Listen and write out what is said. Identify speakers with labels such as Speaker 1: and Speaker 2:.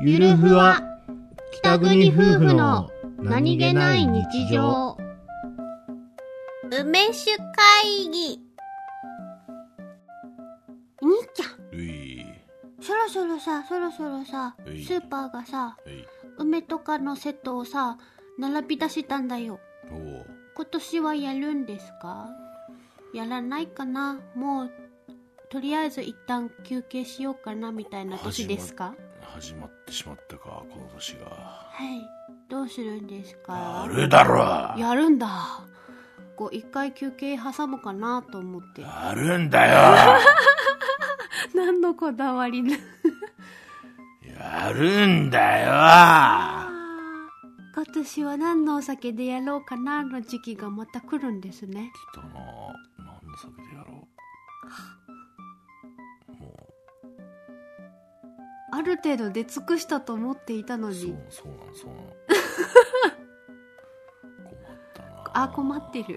Speaker 1: ゆるふわ北国夫婦の
Speaker 2: 梅酒会議兄ちゃ
Speaker 3: うい、
Speaker 2: んそろそろさそろそろさス
Speaker 3: はい
Speaker 2: ーパーがさ
Speaker 3: うい、
Speaker 2: 梅とかのセットをさ並び出したんだよ
Speaker 3: おう
Speaker 2: 今年はやるんですかやらないかなもうとりあえず一旦休憩しようかなみたいな年ですか
Speaker 3: 始まってしまったか、この年が。
Speaker 2: はいどうするんですか
Speaker 3: あるだろ
Speaker 2: やるんだこう一回休憩挟むかなと思って
Speaker 3: あるんだ
Speaker 2: 何のこだわりな
Speaker 3: よやるんだよ
Speaker 2: 今年は何のお酒でやろうかなの時期がまた来るんですね
Speaker 3: 来たな何の酒でやろう。も
Speaker 2: ある程度出尽くしたと思っていたの
Speaker 3: う、そ
Speaker 2: に
Speaker 3: う、そうなの、そうなの。困ったな
Speaker 2: あ困ってる